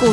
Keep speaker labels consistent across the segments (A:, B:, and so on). A: 股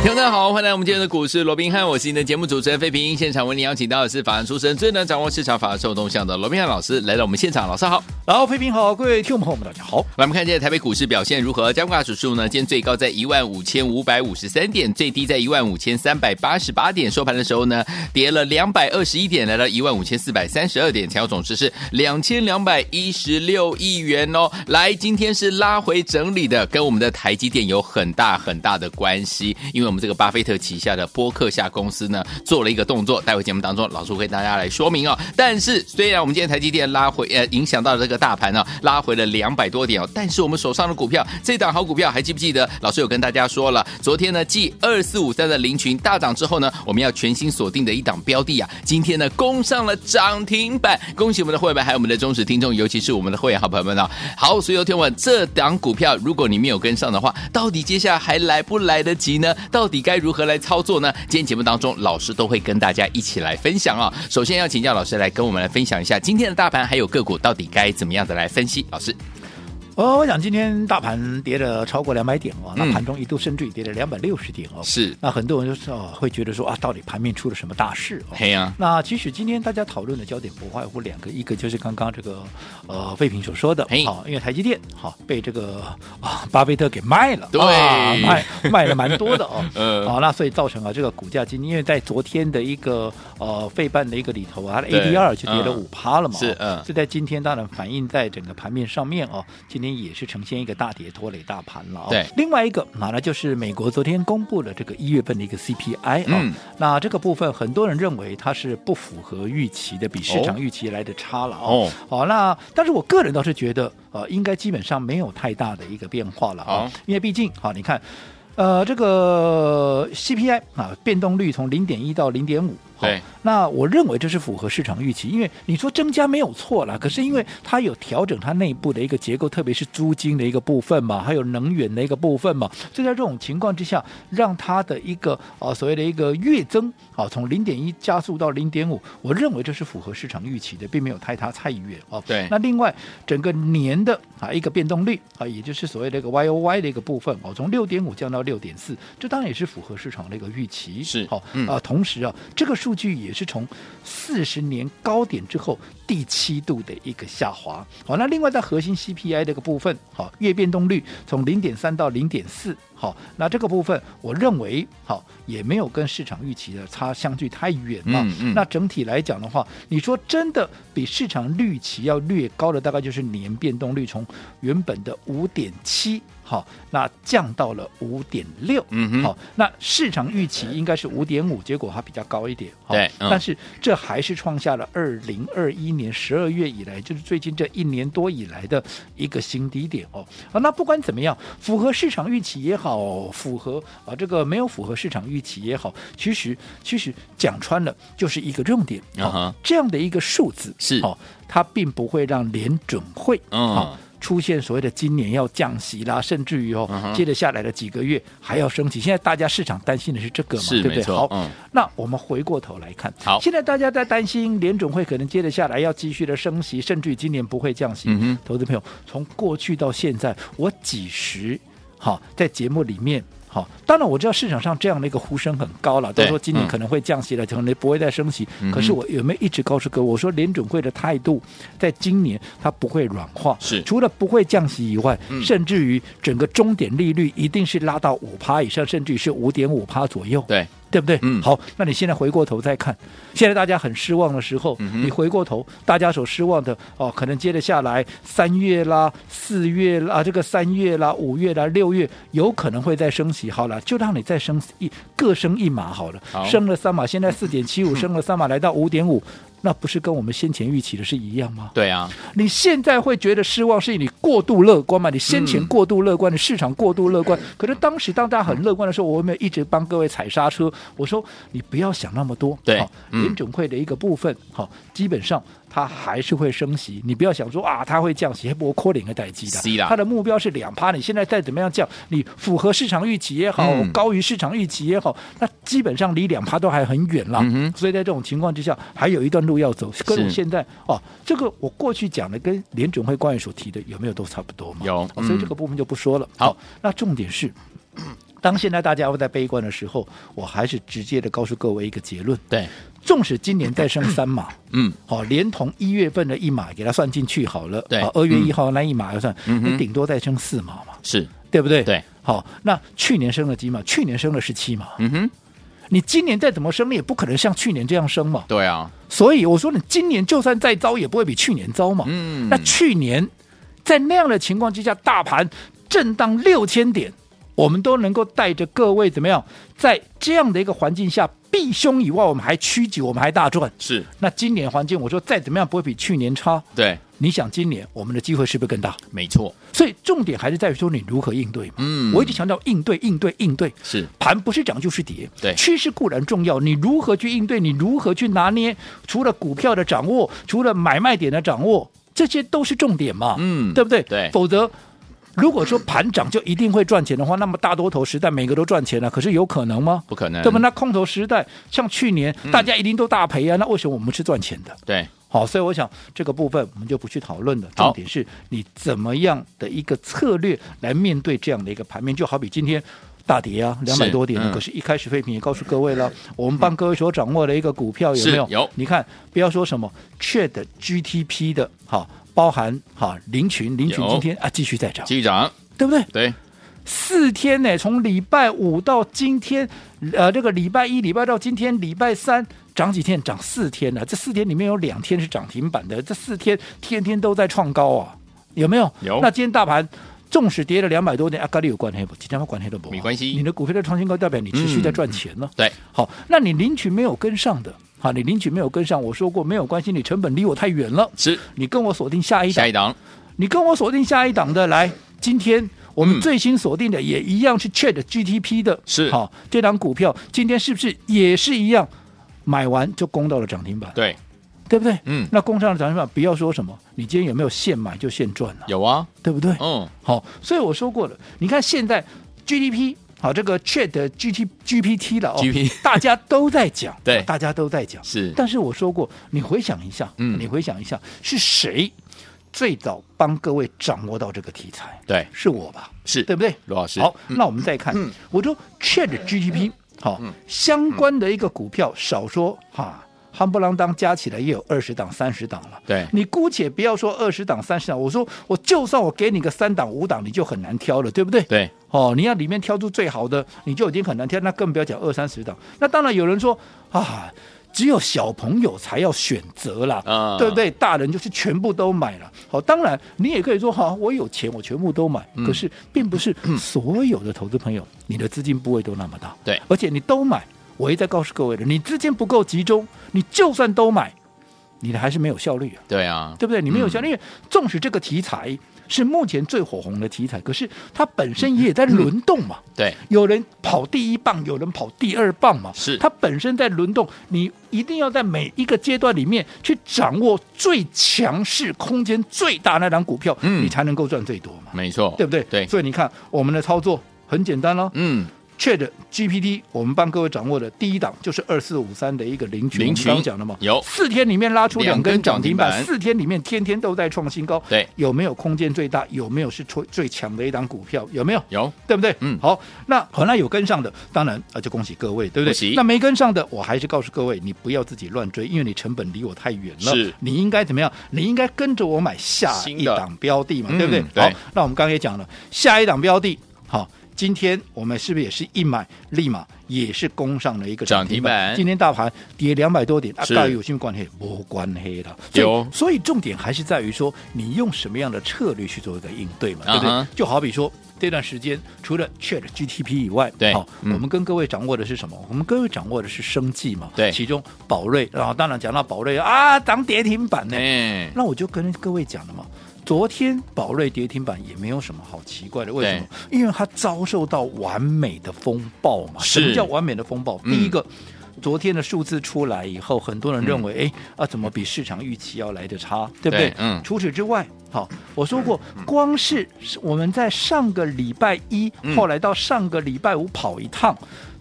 B: 听众大家好，欢迎来我们今天的股市罗宾汉，我是你的节目主持人费平。现场为您邀请到的是法案出身、最能掌握市场法案受动向的罗宾汉老师来到我们现场，老师好。
C: 然后，飞平好，各位听众朋友们，大家好。
B: 来，我们看一下台北股市表现如何？加权指数呢，今天最高在15,553点，最低在15,388点，收盘的时候呢，跌了221点，来到15,432点，成交总值是2,216亿元哦。来，今天是拉回整理的，跟我们的台积电有很大很大的关系，因为我们这个巴菲特旗下的波克夏公司呢，做了一个动作，待会节目当中老师会跟大家来说明哦。但是，虽然我们今天台积电拉回，呃，影响到了这个。大盘呢、拉回了两百多点哦，但是我们手上的股票，这档好股票还记不记得？老师有跟大家说了，昨天呢，继二四五三的林群大涨之后呢，我们要全新锁定的一档标的啊，今天呢攻上了涨停板，恭喜我们的会员还有我们的忠实听众，尤其是我们的会员好朋友们啊、哦。好，所以有听我这档股票，如果你没有跟上的话，到底接下来还来不来得及呢？到底该如何来操作呢？今天节目当中，老师都会跟大家一起来分享啊、哦。首先要请教老师来跟我们来分享一下今天的大盘还有个股到底该怎么。怎么样的来分析？老师，
C: 哦，我想今天大盘跌了超过两百点哦，
B: 嗯
C: 那盘中一度甚至于跌了两百六十点哦。
B: 是
C: 那很多人就是哦会觉得说啊，到底盘面出了什么大事哦？
B: 嘿啊呀
C: 那其实今天大家讨论的焦点不外乎两个，一个就是刚刚这个呃费平所说的，
B: 嘿
C: 好、因为台积电好、被这个啊巴菲特给卖了，
B: 对，
C: 啊卖卖了蛮多的哦
B: 嗯
C: 啊，那所以造成了这个股价今天因为在昨天的一个呃费半的一个里头啊，它的
B: 对
C: ADR 就跌了
B: 嗯
C: 五趴了嘛，
B: 是
C: 哦
B: 嗯
C: 这在今天当然反映在整个盘面上面哦，今天也是呈现一个大跌拖累大盘了哦。
B: 对
C: 另外一个那那就是美国昨天公布了这个一月份的一个 CPI 哦，
B: 嗯
C: 那这个部分很多人认为它是不符合预期的，比市场预期来的差了哦。好、那但是我个人倒是觉得呃，应该基本上没有太大的一个变化了
B: 好
C: 哦，因为毕竟好、你看。呃，这个 CPI 啊，变动率从零点一到零点五，好
B: 对
C: 那我认为这是符合市场预期，因为你说增加没有错啦，可是因为它有调整它内部的一个结构，特别是租金的一个部分嘛，还有能源的一个部分嘛，所以在这种情况之下，让它的一个啊所谓的一个月增啊，从零点一加速到零点五，我认为这是符合市场预期的，并没有太差太远哦。
B: 对
C: 那另外整个年的啊一个变动率啊，也就是所谓的一个 Y O Y 的一个部分哦，从六点五降到六点四，这当然也是符合市场的一个预期。
B: 是
C: 好、
B: 嗯
C: 啊，同时啊，这个数据也是从四十年高点之后第七度的一个下滑。好，那另外在核心 CPI 这个部分，好，月变动率从零点三到零点四，好，那这个部分我认为好也没有跟市场预期的差相距太远了。
B: 嗯嗯
C: 那整体来讲的话，你说真的比市场预期要略高的，大概就是年变动率从原本的五点七，好，那降到了五点六，
B: 嗯哼
C: 好，那市场预期应该是五点五，结果它比较高一点，好
B: 对嗯
C: 但是这还是创下了二零二一年十二月以来，就是最近这一年多以来的一个新低点哦。啊，那不管怎么样，符合市场预期也好，符合啊这个没有符合市场预期也好，其实其实讲穿了就是一个重点
B: 啊哈
C: 这样的一个数字
B: 是
C: 哦，它并不会让联准会
B: 嗯
C: 好出现所谓的今年要降息啦，甚至于哦，
B: 嗯
C: 接着下来的几个月还要升息。现在大家市场担心的是这个嘛，
B: 是
C: 对不
B: 没
C: 对？
B: 错
C: 好，
B: 嗯
C: 那我们回过头来看，
B: 好
C: 现在大家在担心联准会可能接着下来要继续的升息，甚至于今年不会降息。
B: 嗯哼
C: 投资朋友，从过去到现在，我几时好在节目里面。好，当然我知道市场上这样的一个呼声很高了，都
B: 对
C: 说今年
B: 嗯
C: 可能会降息了，可能不会再升息。
B: 嗯哼
C: 可是我有没有一直告诉各位，我说联准会的态度，在今年它不会软化，
B: 是
C: 除了不会降息以外，
B: 嗯
C: 甚至于整个终点利率一定是拉到五趴以上，甚至于是五点五趴左右。
B: 对，
C: 对不对？
B: 嗯
C: 好，那你现在回过头再看，现在大家很失望的时候，
B: 嗯哼
C: 你回过头，大家所失望的哦，可能接着下来三月啦、四月啦、啊这个三月啦、五月啦、六月，有可能会再升息。好了，就让你再升一各升一码好了，
B: 好
C: 升了三码，现在四点七五，升了三码，来到五点五，那不是跟我们先前预期的是一样吗？
B: 对啊，
C: 你现在会觉得失望，是你过度乐观嘛？你先前
B: 嗯
C: 过度乐观，你市场过度乐观，可是当时当大家很乐观的时候，我有没有一直帮各位踩刹车？我说你不要想那么多，
B: 对
C: 好
B: 嗯
C: 联准会的一个部分，好、基本上。它还是会升息，你不要想说啊，它会降息，不扣零个代机
B: 是
C: 的
B: 啦，
C: 它的目标是两趴，你现在再怎么样降，你符合市场预期也好，
B: 嗯
C: 高于市场预期也好，那基本上离两趴都还很远了。
B: 嗯哼
C: 所以在这种情况之下，还有一段路要走。跟我
B: 是
C: 现在哦，这个我过去讲的跟联准会官员所提的有没有都差不多嘛？
B: 有
C: 哦所
B: 嗯
C: 以这个部分就不说了。
B: 好
C: 哦，那重点是。当现在大家会在悲观的时候，我还是直接的告诉各位一个结论：
B: 对，
C: 纵使今年再升三码，
B: 嗯，
C: 好、连同一月份的一码给它算进去好了，
B: 对
C: 啊二、月
B: 嗯
C: 一号那一码要算，
B: 嗯哼
C: 你顶多再升四码嘛，
B: 是，
C: 对不对？
B: 对，
C: 好，那去年升了几码？去年升了十七码，
B: 嗯哼，
C: 你今年再怎么升，你也不可能像去年这样升嘛。
B: 对啊，
C: 所以我说，你今年就算再糟，也不会比去年糟嘛。
B: 嗯
C: 那去年在那样的情况之下，大盘震荡六千点，我们都能够带着各位怎么样，在这样的一个环境下避凶以外，我们还趋吉，我们还大赚。
B: 是，
C: 那今年环境，我说再怎么样不会比去年差。
B: 对，
C: 你想今年我们的机会是不是更大？
B: 没错，
C: 所以重点还是在于说你如何应对嘛。
B: 嗯
C: 我一直强调应对，应对，应对。
B: 是
C: 盘不是涨就是跌，
B: 对
C: 趋势固然重要，你如何去应对，你如何去拿捏，除了股票的掌握，除了买卖点的掌握，这些都是重点嘛，
B: 嗯
C: 对不对？
B: 对
C: 否则。如果说盘涨就一定会赚钱的话，那么大多头时代每个都赚钱了，可是有可能吗？
B: 不可能
C: 对吧？那空头时代，像去年、
B: 嗯
C: 大家一定都大赔啊，那为什么我们是赚钱的？
B: 对，
C: 好，所以我想这个部分我们就不去讨论了。
B: 好
C: 重点是你怎么样的一个策略来面对这样的一个盘面，就好比今天。大跌啊，两百
B: 是
C: 多点了
B: 嗯
C: 可是，一开始废品也告诉各位了，我们帮各位所掌握的一个股票有
B: 是
C: 没有？
B: 有
C: 你看，不要说什么 Chat GTP 的，好，包含哈林群，林群
B: 有
C: 今天啊继续在涨，
B: 继续涨，
C: 对不对？
B: 对，
C: 四天呢，从礼拜五到今天，呃，这个礼拜一、礼拜到今天礼拜三涨几天？涨四天啊呢、这四天里面有两天是涨停板的，这四天天天都在创高啊，有没有？
B: 有
C: 那今天大盘。纵使跌了两百多点，啊，跟你有关系不？今天关系都不好，
B: 没关系嗯
C: 你的股票在创新高，代表你持续在赚钱呢、
B: 对，
C: 好，那你领取没有跟上的，好，你领取没有跟上，我说过没有关系，你成本离我太远了，
B: 是
C: 你跟我锁定下一档
B: 下，一档，
C: 你跟我锁定下一档的来，今天我
B: 嗯
C: 们最新锁定的也一样是 Chat GTP 的，
B: 是
C: 好、这档股票今天是不是也是一样？买完就攻到了涨停板，
B: 对，
C: 对不对？
B: 嗯
C: 那攻上了涨停板，不要说什么，你今天有没有现买就现赚了、
B: 有啊，
C: 对不对？
B: 嗯，
C: 好、所以我说过了，你看现在 GDP 好、这个 Chat GT GPT 了哦
B: GP
C: 大家都在讲，
B: 对
C: 大家都在讲，
B: 是
C: 但是我说过，你回想一下，
B: 嗯
C: 你回想一下，是谁最早帮各位掌握到这个题材？
B: 对，
C: 是我吧？
B: 是
C: 对不对？
B: 罗老师
C: 好，
B: 嗯
C: 那我们再看，我说 Chat GDP 好、相关的一个股票，少说哈。夯不啷当加起来也有二十档、三十档了。
B: 对
C: 你姑且不要说二十档、三十档，我说我就算我给你个三档、五档，你就很难挑了，对不对？
B: 对，
C: 哦，你要里面挑出最好的，你就已经很难挑，那更不要讲二三十档。那当然有人说啊，只有小朋友才要选择啦，
B: 啊
C: 对不对？大人就是全部都买了。好、当然你也可以说，好、我有钱，我全部都买。
B: 嗯
C: 可是并不是所有的投资朋友，你的资金部位都那么大，
B: 对
C: 而且你都买，我一再告诉各位了，你资金不够集中，你就算都买，你还是没有效率啊。
B: 对啊，
C: 对不对？你没有想，
B: 嗯
C: 因为纵使这个题材是目前最火红的题材，可是它本身也在轮动嘛。
B: 对，
C: 有人跑第一棒，有人跑第二棒嘛，
B: 是
C: 它本身在轮动，你一定要在每一个阶段里面去掌握最强势、空间最大那档股票，
B: 嗯
C: 你才能够赚最多嘛，
B: 没错，
C: 对不对？
B: 对，
C: 所以你看我们的操作很简单了，
B: 嗯，
C: Chat GPT，我们帮各位掌握的第一档就是二四五三的一个零群，
B: 零
C: 我
B: 群
C: 们刚刚讲的嘛，
B: 有
C: 四天里面拉出两
B: 两根
C: 根
B: 涨
C: 涨
B: 停
C: 停
B: 板
C: 板，四天里面天天都在创新高，
B: 对
C: 有没有空间最大？有没有是最最强的一档股票？有没有？
B: 有，
C: 对不对？
B: 嗯
C: 好，那好，那有跟上的，当然啊，就恭喜各位，对不
B: 恭喜
C: 对？那没跟上的，我还是告诉各位，你不要自己乱追，因为你成本离我太远了。
B: 是
C: 你应该怎么样？你应该跟着我买下
B: 新
C: 一
B: 的
C: 档标的嘛，
B: 嗯
C: 对不对？
B: 对
C: 好，那我们刚刚也讲了，下一档标的，好，今天我们是不是也是一买立马也是攻上了一个
B: 涨
C: 涨停
B: 停
C: 板？
B: 板
C: 今天大盘跌两百多点，啊，
B: 是
C: 到底有什么关系？无关系了。所以
B: 有
C: 所以重点还是在于说，你用什么样的策略去做一个应对嘛，对不对
B: 啊哈
C: 就好比说。这段时间除了 Chat GTP 以外，
B: 对
C: 好，
B: 嗯
C: 我们跟各位掌握的是什么？我们各位掌握的是生计嘛，
B: 对
C: 其中宝瑞啊，当然讲到宝瑞啊，涨跌停板呢，
B: 哎，
C: 那我就跟各位讲了嘛，昨天宝瑞跌停板也没有什么好奇怪的，为什么？因为它遭受到完美的风暴嘛。
B: 是
C: 什么叫完美的风暴？
B: 嗯
C: 第一个。昨天的数字出来以后，很多人认为，哎、啊，怎么比市场预期要来的差，对不对？
B: 嗯对嗯
C: 除此之外，好，我说过，光是我们在上个礼拜一，
B: 嗯
C: 后来到上个礼拜五跑一趟。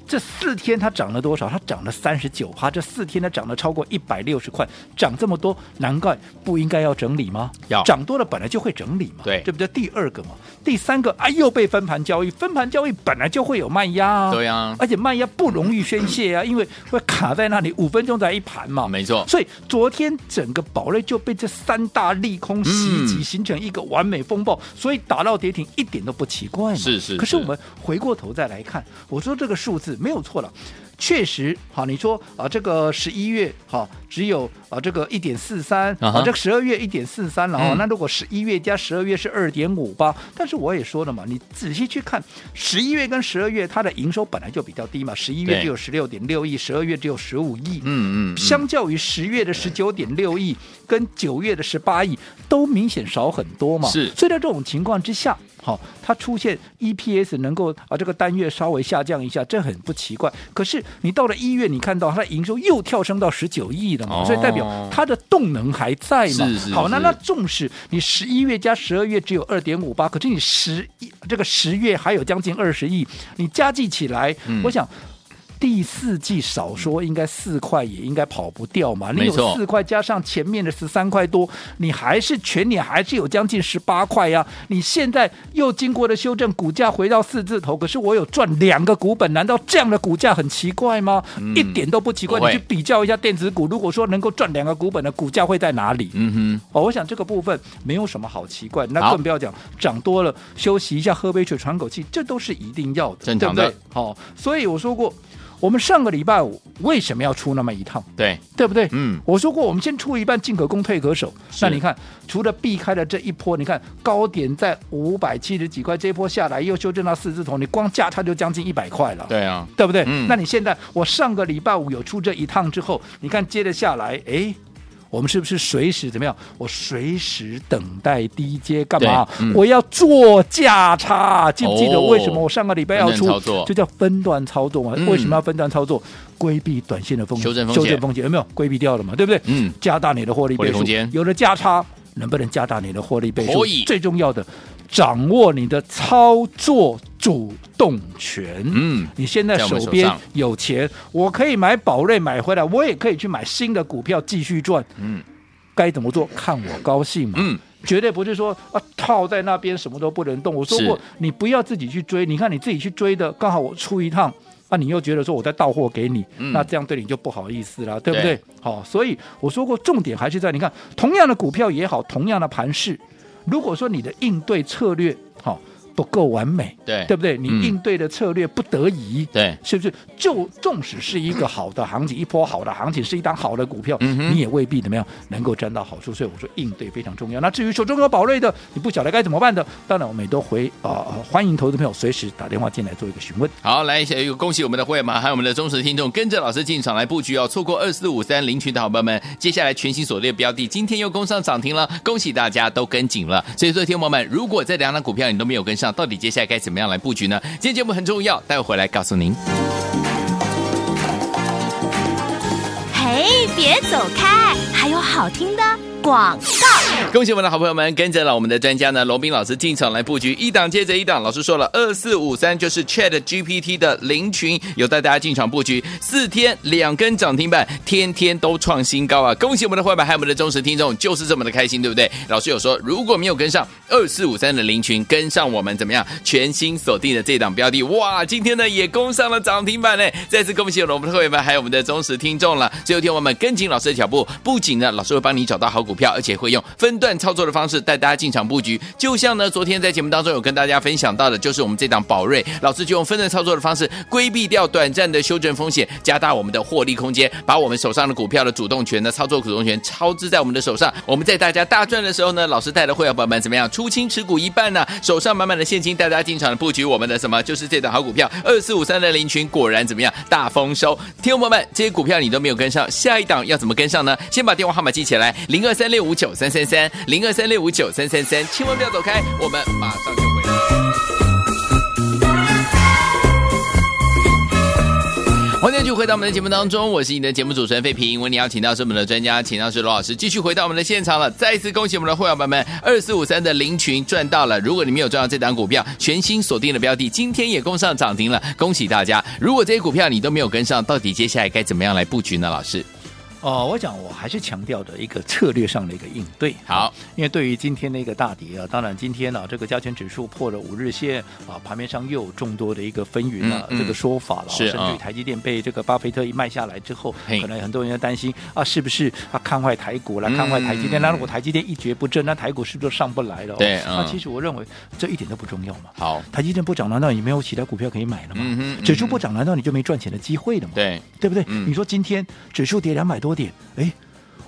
C: 这四天它涨了多少？它涨了三十九趴，这四天它涨了超过一百六十块，涨这么多，难怪不应该要整理吗？
B: 要
C: 涨多了本来就会整理嘛，
B: 对
C: 对不对？第二个嘛，第三个，哎，又被分盘交易，分盘交易本来就会有卖压、啊，
B: 对啊
C: 而且卖压不容易宣泄啊，因为会卡在那里，五分钟才一盘嘛，
B: 没错，
C: 所以昨天整个宝瑞就被这三大利空袭击，
B: 嗯
C: 形成一个完美风暴，所以打到跌停一点都不奇怪嘛。
B: 是是
C: 可是
B: 是
C: 我们回过头再来看，我说这个数字没有错了。确实，好，你说啊，这个十一月好、只有啊这个一点四三，
B: 啊哈
C: 啊这十二月一点四三了哦。
B: 嗯
C: 那如果十一月加十二月是二点五八，但是我也说了嘛，你仔细去看十一月跟十二月它的营收本来就比较低嘛，十一
B: 对
C: 月只有十六点六亿，十二月只有十五亿，
B: 嗯嗯嗯，
C: 相较于十月的十九点六亿跟九月的十八亿，都明显少很多嘛。
B: 是
C: 所以在这种情况之下，好、它出现 EPS 能够啊这个单月稍微下降一下，这很不奇怪。可是你到了一月，你看到它的营收又跳升到十九亿了嘛，
B: 哦
C: 所以代表它的动能还在嘛。
B: 是是
C: 好，那
B: 是
C: 那纵使你十一月加十二月只有二点五八，可是你十一这个十月还有将近二十亿，你加计起来，
B: 嗯
C: 我想。第四季少说应该四块，也应该跑不掉嘛。你
B: 没错
C: 有四块加上前面的十三块多，你还是全年还是有将近十八块呀、你现在又经过了修正，股价回到四字头，可是我有赚两个股本，难道这样的股价很奇怪吗？一点都不奇
B: 嗯
C: 怪。
B: 不会
C: 你去比较一下电子股，如果说能够赚两个股本的股价会在哪里？
B: 嗯
C: 哦，我想这个部分没有什么好奇怪，那
B: 好
C: 更不要讲涨多了休息一下，喝杯水，喘口气，这都是一定要的，
B: 正常的
C: 对不对。好、所以我说过，我们上个礼拜五为什么要出那么一趟，
B: 哼，对，
C: 对不对？
B: 嗯，
C: 我说过，我们先出一半，进可攻，退可守。
B: 是
C: 那你看，除了避开了这一波，你看高点在五百七十几块，这一波下来又修正到四字头，你光价差就将近一百块了。
B: 对啊，
C: 对不对？
B: 嗯
C: 那你现在我上个礼拜五有出这一趟之后，你看接着下来，哎。我们是不是随时怎么样？我随时等待低阶干嘛？
B: 对嗯
C: 我要做价差，记不记得
B: 哦
C: 为什么我上个礼拜要
B: 分
C: 出？
B: 段操作
C: 就叫分段操作嘛。
B: 嗯
C: 为什么要分段操作？规避短线的风险，
B: 修正风险
C: 修正风险有没有规避掉了嘛？对不对？
B: 嗯
C: 加大你的获利
B: 获利
C: 倍数
B: 空间，
C: 有了价差，能不能加大你的获利倍数
B: 可以？
C: 最重要的，掌握你的操作主动权。
B: 嗯，
C: 你现在
B: 在我
C: 手
B: 们手
C: 边
B: 上
C: 有钱，我可以买宝瑞买回来，我也可以去买新的股票继续赚。
B: 嗯，
C: 该怎么做看我高兴嘛。
B: 嗯，
C: 绝对不是说啊套在那边什么都不能动。我说过
B: 是，
C: 你不要自己去追。你看你自己去追的，刚好我出一趟。啊，你又觉得说我在到货给你，
B: 嗯
C: 那这样对你就不好意思啦，对不对
B: 对？
C: 好、所以我说过，重点还是在你看，同样的股票也好，同样的盘势，如果说你的应对策略好、不够完美，
B: 对
C: 对不对？你
B: 嗯
C: 应对的策略不得已，
B: 对，
C: 是不是？就纵使是一个好的行情，一波好的行情，是一档好的股票，
B: 嗯哼
C: 你也未必怎么样能够沾到好处。所以我说应对非常重要。那至于手中有宝瑞的，你不晓得该怎么办的，当然我们也都回啊、呃欢迎投资朋友随时打电话进来做一个询问。
B: 好，来，下一个恭喜我们的会员们，还有我们的忠实听众，跟着老师进场来布局哦。错过二四五三领取的好朋友们，接下来全新锁定的标的，今天又攻上涨停了，恭喜大家都跟紧了。所以，说，听众朋友们，如果这两档股票你都没有跟上，到底接下来该怎么样来布局呢？今天节目很重要，待会回来告诉您。
A: 嘿，别走开，还有好听的广告。
B: 恭喜我们的好朋友们，跟着了我们的专家呢，罗斌老师进场来布局，一档接着一档。老师说了，二四五三就是 Chat GPT 的零群，有带大家进场布局，四天两根涨停板，天天都创新高啊！恭喜我们的会员还有我们的忠实听众，就是这么的开心，对不对？老师有说，如果没有跟上二四五三的零群，跟上我们怎么样？全新锁定的这档标的，哇，今天呢也攻上了涨停板呢！再次恭喜我们的会员们，还有我们的忠实听众了。最后，天我们跟紧老师的脚步，不仅呢老师会帮你找到好股票，而且会用。用分段操作的方式带大家进场布局。就像呢，昨天在节目当中有跟大家分享到的，就是我们这档宝瑞老师就用分段操作的方式规避掉短暂的修正风险，加大我们的获利空间，把我们手上的股票的主动权呢，操作主动权操之在我们的手上。我们在大家大赚的时候呢，老师带着会员朋友们怎么样出清持股一半呢、手上满满的现金带大家进场的布局我们的什么，就是这档好股票二四五三的林群，果然怎么样大丰收。听众朋友们，这些股票你都没有跟上，下一档要怎么跟上呢？先把电话号码记起来，零二三六五九三三三，零二三六五九三三三，千万不要走开，我们马上就回来。欢迎继续回到我们的节目当中，我是你的节目主持人费平。为你邀请到是我们的专家，请到是罗老师，继续回到我们的现场了。再一次恭喜我们的会员们们，二四五三的林群赚到了。如果你没有赚到这档股票，全新锁定的标的，今天也攻上涨停了，恭喜大家！如果这些股票你都没有跟上，到底接下来该怎么样来布局呢？老师，
C: 哦，我讲我还是强调的一个策略上的一个应对。
B: 好，
C: 因为对于今天的一个大跌啊，当然今天呢、这个加权指数破了五日线啊，盘面上又有众多的一个纷纭啊，
B: 嗯嗯
C: 这个说法了，
B: 是
C: 甚至
B: 嗯
C: 于台积电被这个巴菲特一卖下来之后，
B: 嘿
C: 可能很多人在担心啊，是不是啊看坏台股了，看坏台积电？
B: 嗯
C: 那如果台积电一蹶不振，那台股是不是就上不来了哦？
B: 对
C: 那
B: 嗯
C: 其实我认为这一点都不重要嘛。
B: 好，
C: 台积电不涨，难道你没有其他股票可以买了吗？
B: 嗯哼嗯哼
C: 指数不涨，难道你就没赚钱的机会了吗？
B: 对，
C: 对不对？
B: 嗯
C: 你说今天指数跌两百多点，哎，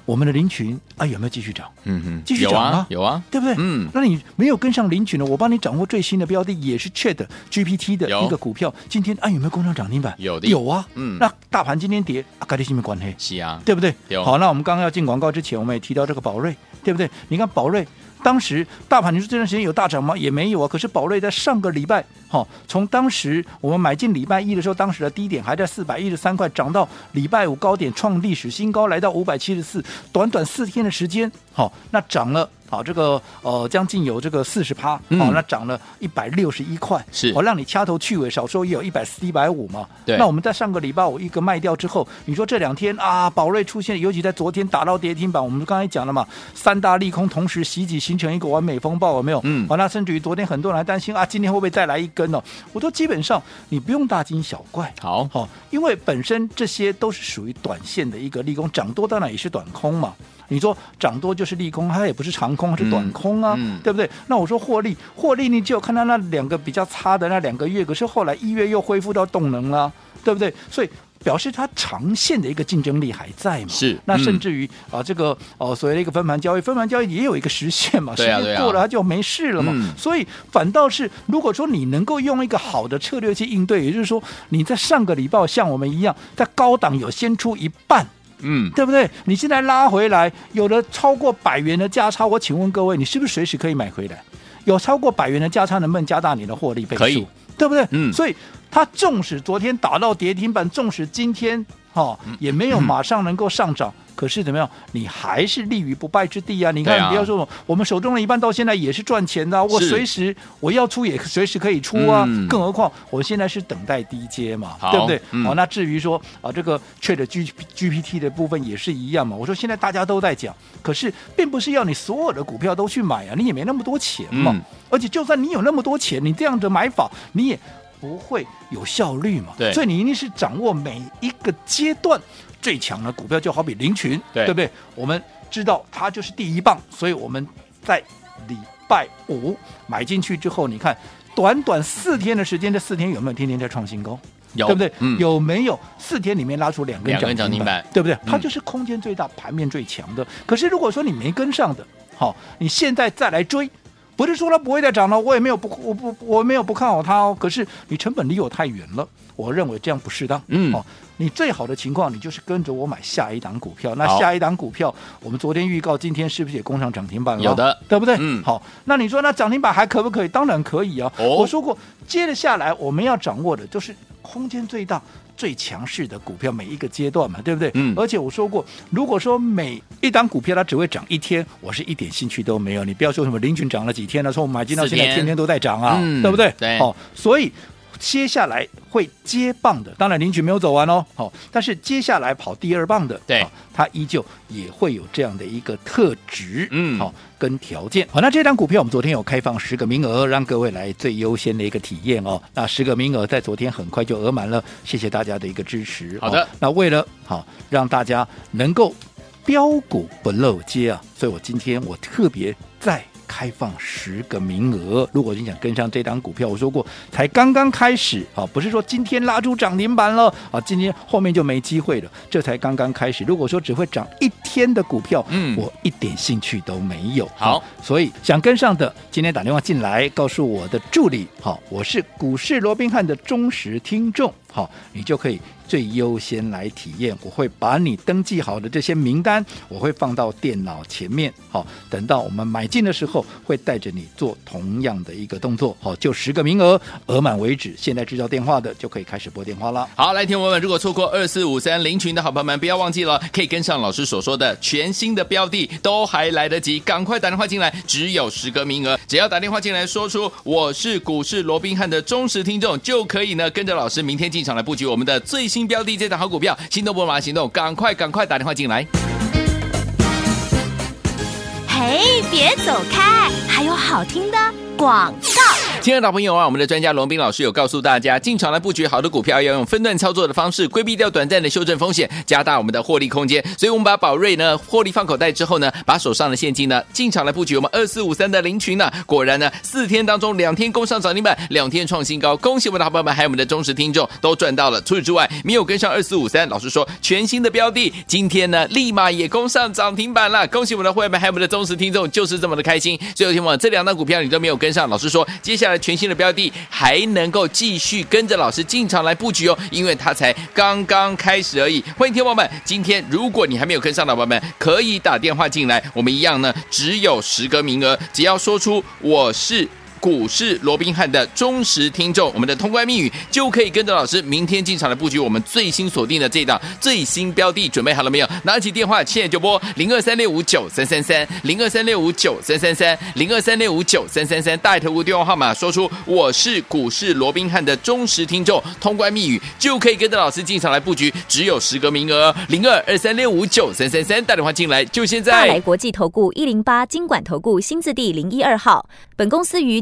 C: 我们的林群啊有没有继续涨？
B: 嗯哼
C: 继续
B: 有
C: 涨
B: 啊
C: 啊，
B: 有啊，
C: 对不对？
B: 嗯
C: 那你没有跟上林群呢？我帮你掌握最新的标的，也是 Chat GPT 的
B: 有
C: 一个股票，今天啊有没有攻上涨停板？
B: 有的
C: 有啊。
B: 嗯
C: 那大盘今天跌，啊，跟这些没关系，
B: 是啊，
C: 对不对
B: 有？
C: 好，那我们刚刚要进广告之前，我们也提到这个宝瑞，对不对？你看宝瑞。当时大盘，你说这段时间有大涨吗？也没有啊。可是宝瑞在上个礼拜，哈、从当时我们买进礼拜一的时候，当时的低点还在四百一十三块，涨到礼拜五高点创历史新高，来到五百七十四，短短四天的时间，好、那涨了。好，这个呃，将近有这个四十趴，好、
B: 嗯
C: 那涨了一百六十一块，哦
B: 是
C: 我、让你掐头去尾，少说也有一百四、一百五嘛。
B: 对
C: 那我们在上个礼拜五一个卖掉之后，你说这两天啊，宝瑞出现，尤其在昨天打到跌停板，我们刚才讲了嘛，三大利空同时袭击，形成一个完美风暴，有没有？
B: 嗯
C: 好、那甚至于昨天很多人还担心啊，今天会不会再来一根哦？我说基本上你不用大惊小怪。
B: 好，
C: 好、因为本身这些都是属于短线的一个利空，涨多当然也是短空嘛。你说涨多就是利空，它也不是长空，它是短空啊，
B: 嗯嗯
C: 对不对？那我说获利，获利你只有看到那两个比较差的那两个月，可是后来一月又恢复到动能了，对不对？所以表示它长线的一个竞争力还在嘛。
B: 是
C: 那甚
B: 嗯
C: 至于啊、这个哦、所谓的一个分盘交易，分盘交易也有一个时限嘛，时
B: 对啊
C: 间
B: 对啊
C: 过了它就没事了嘛。
B: 嗯
C: 所以反倒是，如果说你能够用一个好的策略去应对，也就是说你在上个礼拜像我们一样，在高档有先出一半，
B: 嗯，
C: 对不对？你现在拉回来，有了超过百元的价差，我请问各位，你是不是随时可以买回来？有超过百元的价差，能不能加大你的获利倍数？
B: 可以，
C: 对不对？
B: 嗯
C: 所以它纵使昨天打到跌停板，纵使今天哈、哦、
B: 嗯
C: 也没有马上能够上涨。可是怎么样，你还是立于不败之地啊！你
B: 对啊
C: 看，不要说我们手中的一半到现在也是赚钱的啊、我
B: 是
C: 随时我要出也随时可以出啊，
B: 嗯
C: 更何况我现在是等待低阶嘛
B: 好，
C: 对不对？
B: 嗯
C: 好，哦那至于说啊，这个 Chat G GPT 的部分也是一样嘛。我说现在大家都在讲，可是并不是要你所有的股票都去买啊，你也没那么多钱嘛。
B: 嗯
C: 而且就算你有那么多钱，你这样的买法你也不会有效率嘛。
B: 对
C: 所以你一定是掌握每一个阶段最强的股票，就好比林群，
B: 对
C: 不对？我们知道它就是第一棒，所以我们在礼拜五买进去之后，你看短短四天的时间，这四天有没有天天在创新高？
B: 有，
C: 对不对？
B: 嗯，
C: 有没有四天里面拉出两根
B: 两根
C: 涨
B: 涨停
C: 停
B: 板
C: 板，对不对？它
B: 嗯
C: 就是空间最大、盘面最强的。可是如果说你没跟上的，好、你现在再来追。不是说它不会再涨了，我也没有不我不我没有不看好它哦。可是你成本离我太远了，我认为这样不适当。
B: 嗯
C: 哦，你最好的情况，你就是跟着我买下一档股票。那
B: 好
C: 下一档股票，我们昨天预告，今天是不是也攻上涨停板了？
B: 有的
C: 对不对？
B: 嗯
C: 好，那你说那涨停板还可不可以？当然可以啊。
B: 哦
C: 我说过，接着下来我们要掌握的就是空间最大、最强势的股票，每一个阶段嘛，对不对？
B: 嗯
C: 而且我说过，如果说每一档股票它只会涨一天，我是一点兴趣都没有。你不要说什么林群涨了几天了，从我买进到现
B: 四
C: 在
B: 天
C: 天天都在涨啊，
B: 嗯
C: 对不对？
B: 对
C: 哦，所以。接下来会接棒的，当然林群没有走完哦，好、但是接下来跑第二棒的，
B: 对
C: 哦它依旧也会有这样的一个特质，哦
B: 嗯
C: 好、跟条件。好，那这张股票我们昨天有开放十个名额，让各位来最优先的一个体验哦。那十个名额在昨天很快就额满了，谢谢大家的一个支持。
B: 好的
C: 哦那为了好让大家能够。标股不漏接啊，所以我今天我特别再开放十个名额，如果你想跟上这档股票，我说过才刚刚开始啊，不是说今天拉出涨停板了啊，今天后面就没机会了，这才刚刚开始。如果说只会涨一天的股票，
B: 嗯
C: 我一点兴趣都没有。
B: 好
C: 啊所以想跟上的，今天打电话进来告诉我的助理，好、我是股市罗宾汉的忠实听众，好、你就可以最优先来体验。我会把你登记好的这些名单，我会放到电脑前面，好、等到我们买进的时候，会带着你做同样的一个动作，好、就十个名额，额满为止。现在知道电话的就可以开始拨电话了。
B: 好，来，听众朋友们，如果错过二四五三零群的好朋友们，不要忘记了，可以跟上老师所说的全新的标的，都还来得及，赶快打电话进来，只有十个名额，只要打电话进来说出我是股市罗宾汉的忠实听众，就可以呢跟着老师明天进场来布局我们的最新标的，这档好股票，心动不马上行动，赶快赶快打电话进来。
A: 嘿，别走开，还有好听的广告。
B: 亲爱的朋友啊，我们的专家龙斌老师有告诉大家，进场来布局好的股票要用分段操作的方式，规避掉短暂的修正风险，加大我们的获利空间。所以，我们把宝瑞呢获利放口袋之后呢，把手上的现金呢进场来布局我们二四五三的林群呢，果然呢四天当中两天攻上涨停板，两天创新高，恭喜我们的好朋友们，还有我们的忠实听众都赚到了。除此之外，没有跟上二四五三，老师说全新的标的，今天呢立马也攻上涨停板了，恭喜我们的会员们，还有我们的忠实听众，就是这么的开心。所以，听我这两档股票你都没有跟上，老师说接下来全新的标的还能够继续跟着老师进场来布局哦，因为它才刚刚开始而已。欢迎听众朋友们，今天如果你还没有跟上的宝宝们，可以打电话进来，我们一样呢只有十个名额，只要说出我是。股市罗宾汉的忠实听众，我们的通关密语就可以跟着老师明天进场来布局我们最新锁定的这档最新标的，准备好了没有？拿起电话现在就拨零二三六五九三三三零二三六五九三三三零二三六五九三三三，大爱投顾电话号码说出我是股市罗宾汉的忠实听众，通关密语就可以跟着老师进场来布局，只有十个名额，零二二三六五九三三三，打电话进来就现
D: 大
B: 在
D: 来。国际投顾一零八金管投顾新字第零一二号。本公司于